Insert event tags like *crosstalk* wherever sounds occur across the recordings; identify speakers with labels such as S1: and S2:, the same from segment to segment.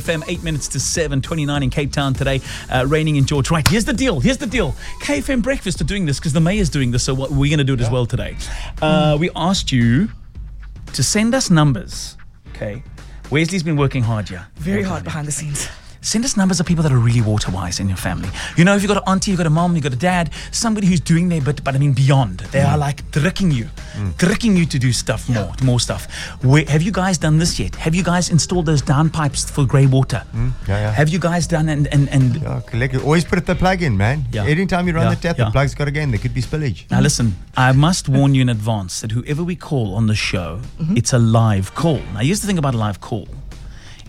S1: fam. Eight minutes to seven, 29 in Cape Town today, uh, raining in George. Right, here's the deal. Here's the deal. KFM Breakfast are doing this because the mayor's doing this, so what, we're going to do it as well today. Uh, we asked you to send us numbers, okay? Wesley's been working hard here.
S2: Very hard behind the scenes.
S1: Send us numbers of people that are really water wise in your family. You know, if you've got an auntie, you've got a mom, you've got a dad, somebody who's doing their bit, but I mean beyond. They
S3: Mm.
S1: are like tricking you, tricking you to do stuff more, more stuff. Where, have you guys done this yet? Have you guys installed those downpipes for grey water?
S3: Mm. yeah, yeah.
S1: Have you guys done and, and, and
S3: Yeah, collect it. Always put the plug in, man.
S1: Yeah.
S3: Anytime you run
S1: Yeah,
S3: the tap,
S1: yeah.
S3: the plug's got to go in. There could be spillage.
S1: Now, listen, I must warn you in advance that whoever we call on the show,
S3: Mm-hmm.
S1: it's a live call. Now, here's the thing about a live call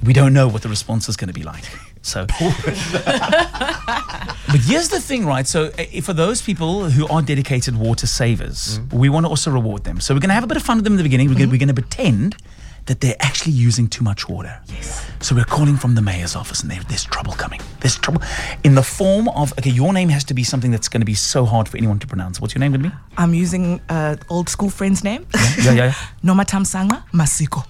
S1: we don't know what the response is going to be like. So, but here's the thing, right? So, uh, for those people who are dedicated water savers, we want to also reward them. So, we're going to have a bit of fun with them in the beginning. We're, gonna, we're going to pretend that they're actually using too much water. Yes. So, we're calling from the mayor's office and there- there's trouble coming. There's trouble in the form of, okay, your name has to be something that's going to be so hard for anyone to pronounce. What's your name going to be?
S2: I'm using uh, old school friend's name.
S1: *laughs* yeah, yeah.
S2: Noma Tamsanga Masiko.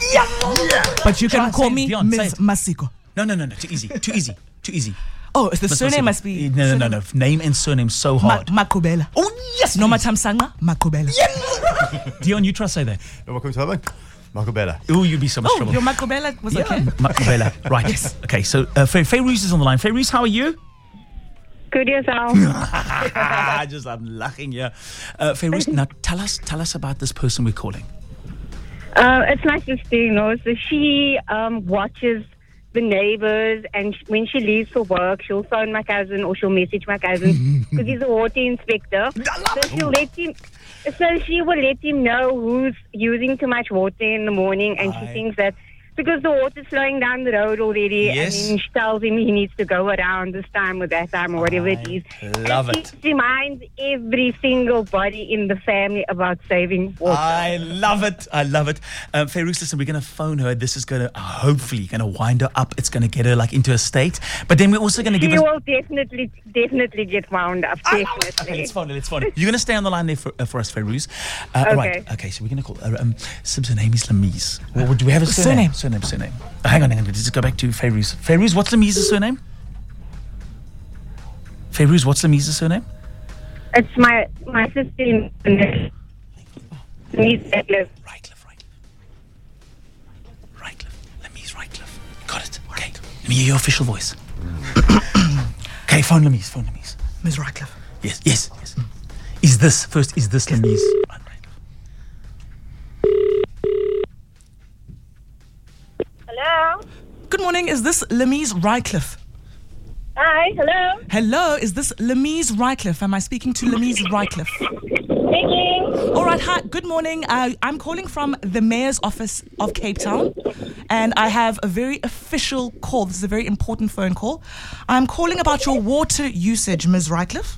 S1: But you
S2: Can call me
S1: Dion, say
S2: Ms.
S1: it.
S2: Masiko.
S1: No, no, no, no. Too easy. Too easy. Too easy.
S2: Oh, it's the
S1: Miss
S2: surname
S1: Masiko.
S2: must be.
S1: No, no, no, no. Name and surname so hard.
S2: Makobela.
S1: oh yes,
S2: Noma Tamsanga Makobela.
S1: *laughs* Dion, you try say that.
S3: No, welcome to Urban. Michael Bella.
S1: Oh, you'd be so much
S2: Oh,
S1: trouble.
S2: your Makobela was
S1: yeah,
S2: okay.
S1: *laughs* Ma- Bella. Right. Okay. So uh, Fe- Feyruz is on the line. Feyruz, how are you?
S4: Good yourself.
S1: Ah, just I'm laughing. Yeah. Uh, Feyruz, now tell us, tell us about this person we're calling.
S4: uh, it's my sister you know. So she um, watches the neighbors, and sh- when she leaves for work, she'll phone my cousin or she'll message my
S1: *laughs*
S4: cousin because he's a water inspector. So she'll let him. So she will let him know who's using too much water in the morning, and
S1: Aye.
S4: she thinks that because the water's flowing down the road already,
S1: Yes.
S4: and then she tells him he needs to go around this time or that time or whatever it
S1: I
S4: is.
S1: love
S4: and
S1: it.
S4: She reminds every single body in the family about saving water.
S1: I love it. I love it. Um, Feyruz, listen, we're going to phone her. This is going to hopefully going to wind her up. It's going to get her like into a state. But then we're also going to give
S4: She
S1: us. Ah,
S4: will definitely, definitely get wound up.
S1: Okay,
S4: Definitely.
S1: let's phone it. Let's phone it. You're going to stay on the line there for, uh, for us, Feroz. Uh, all Right.
S4: Okay.
S1: Okay. So we're going to call uh, um, Sib's her name is Lamise. Well, do we have a surname?
S2: Surname.
S1: Surname. Surname. Oh, hang on. Hang on. Let's just go back to Feroz. Feroz, what's Lamise's surname? Feroz, what's Lamise's surname?
S4: It's my my sister in needs that live.
S1: Rightcliffe. Right. Rightcliffe. Lamise Rightcliffe. Got it. Okay. Let me hear your official voice. *coughs* okay. Phone Lamise. Phone Lamise.
S2: Ms. Radcliffe.
S1: Yes, yes, yes. Is this first? Is this Lemise? Right, right.
S4: Hello.
S2: Good morning. Is this Lemise Rycliffe?
S4: Hi. Hello.
S2: Hello, is this Lemise Rycliffe? Am I speaking to Lemise Rycliffe?
S4: Speaking.
S2: All right, hi, good morning. Uh, I'm calling from the Mayor's Office of Cape Town, and I have a very official call. This is a very important phone call. I'm calling about your water usage, Ms. Rycliffe.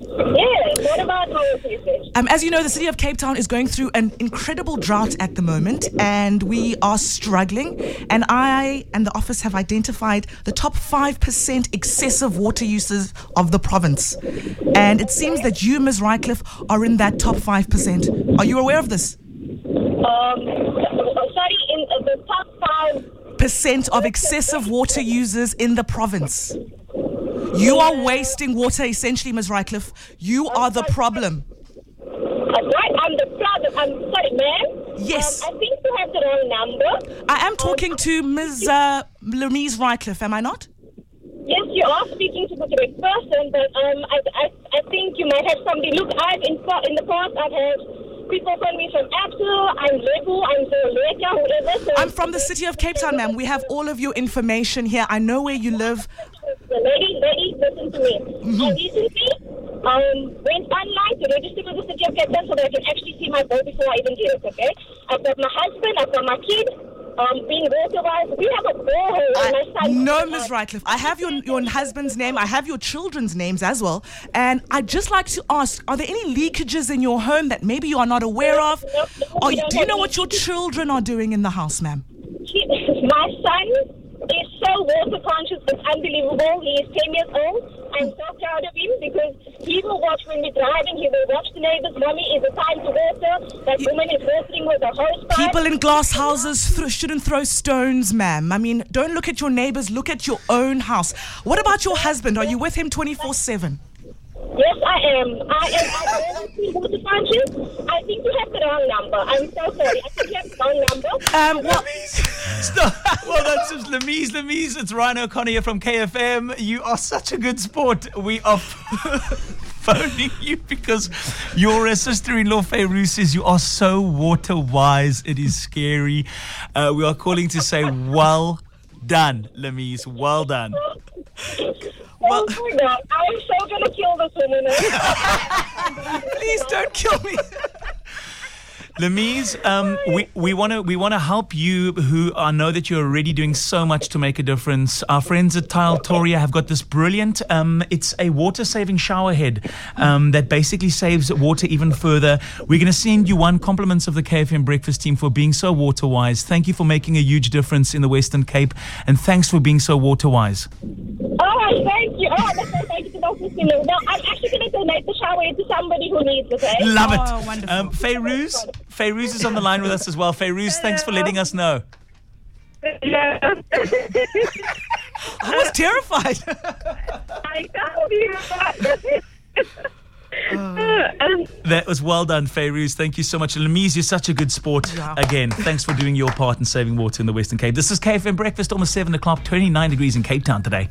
S4: Yes. What about water usage?
S2: Um, as you know, the city of Cape Town is going through an incredible drought at the moment, and we are struggling. And I and the office have identified the top 5% excessive water uses of the province. And it seems that you, Ms. Rycliffe, are in that top 5%. Are you aware of this?
S5: Um, sorry, in uh, the top five.
S2: Percent of excessive water users in the province. You are wasting water, essentially, Ms. Rycliffe. You are the problem.
S5: That's uh, right, I'm the problem. I'm sorry, ma'am.
S2: Yes.
S5: Um, I think you have the wrong number.
S2: I am talking to Ms. Uh, Louise Rycliffe, am I not?
S5: Yes, you are speaking to the correct person, but um, I, I, I think you might have somebody. Look, I've in, in the past I've had people phone me from Absel, I'm Lebu, I'm Zoleka, whoever. So
S2: I'm from the city of Cape Town, ma'am. We have all of your information here. I know where you live.
S5: The lady, lady, listen to me.
S2: Mm-hmm.
S5: I recently um, went online to register with the city of Cape Town so that I can actually see my boy before I even get it, okay? I've got my husband, I've got my kid, um, being water-wise. We have a borehole and my
S2: I,
S5: son.
S2: no, Ms. Rycliffe. I have your, your husband's name. I have your children's names as well. And I'd just like to ask are there any leakages in your home that maybe you are not aware of?
S5: No, no,
S2: Or
S5: we don't
S2: do you
S5: have
S2: know what your children are doing in the house, ma'am?
S5: He, my son is so water conscious, it's unbelievable. He is 10 years old. I'm so proud of him because he will watch when we're driving. He will watch the neighbors. Mommy, is it time to water? That woman is watering with a hose pipe.
S2: People in glass houses th- shouldn't throw stones, ma'am. I mean, don't look at your neighbors, look at your own house. What about your husband? Are you with him 24 7?
S5: Yes, I am. I am. I am very water conscious. I think you have the wrong number. I'm so sorry. I think you have the wrong number.
S2: Um, well,
S1: Stop. Well, that's just Lemise, Lemise. It's Ryan O'Connor here from KFM. You are such a good sport. We are *laughs* phoning you because your uh, sister-in-law, Fayru, says you are so water-wise. It is scary. Uh, we are calling to say well done, Lemise. Well done.
S5: Oh my god, I am so gonna kill this woman.
S2: please don't kill
S1: *laughs*
S2: me.
S1: Lemise, um, we, we want to we want to help you. Who I know that you're already doing so much to make a difference. Our friends at Tile Toria have got this brilliant. Um, it's a water saving shower head um, that basically saves water even further. We're going to send you one compliments of the KFM breakfast team for being so water wise. Thank you for making a huge difference in the Western Cape, and thanks for being so water wise.
S5: All right, thank you. Oh, that's so thank you to those listeners. Now, I'm actually gonna donate the shower to somebody who needs it. Eh?
S1: Love it.
S2: Oh, wonderful.
S1: Um, Fairuz, Fairuz is on the line with us as well. Fairuz, thanks for letting us know.
S2: I was terrified.
S4: *laughs* I
S1: *laughs*
S4: love you.
S1: Ah.
S4: *laughs* Um,
S1: That was well done, Fairuz. Thank you so much. And Lemise, you're such a good sport.
S2: Yeah.
S1: Again, thanks for doing your part in saving water in the Western Cape. This is KFM Breakfast, almost 7 o'clock, 29 degrees in Cape Town today.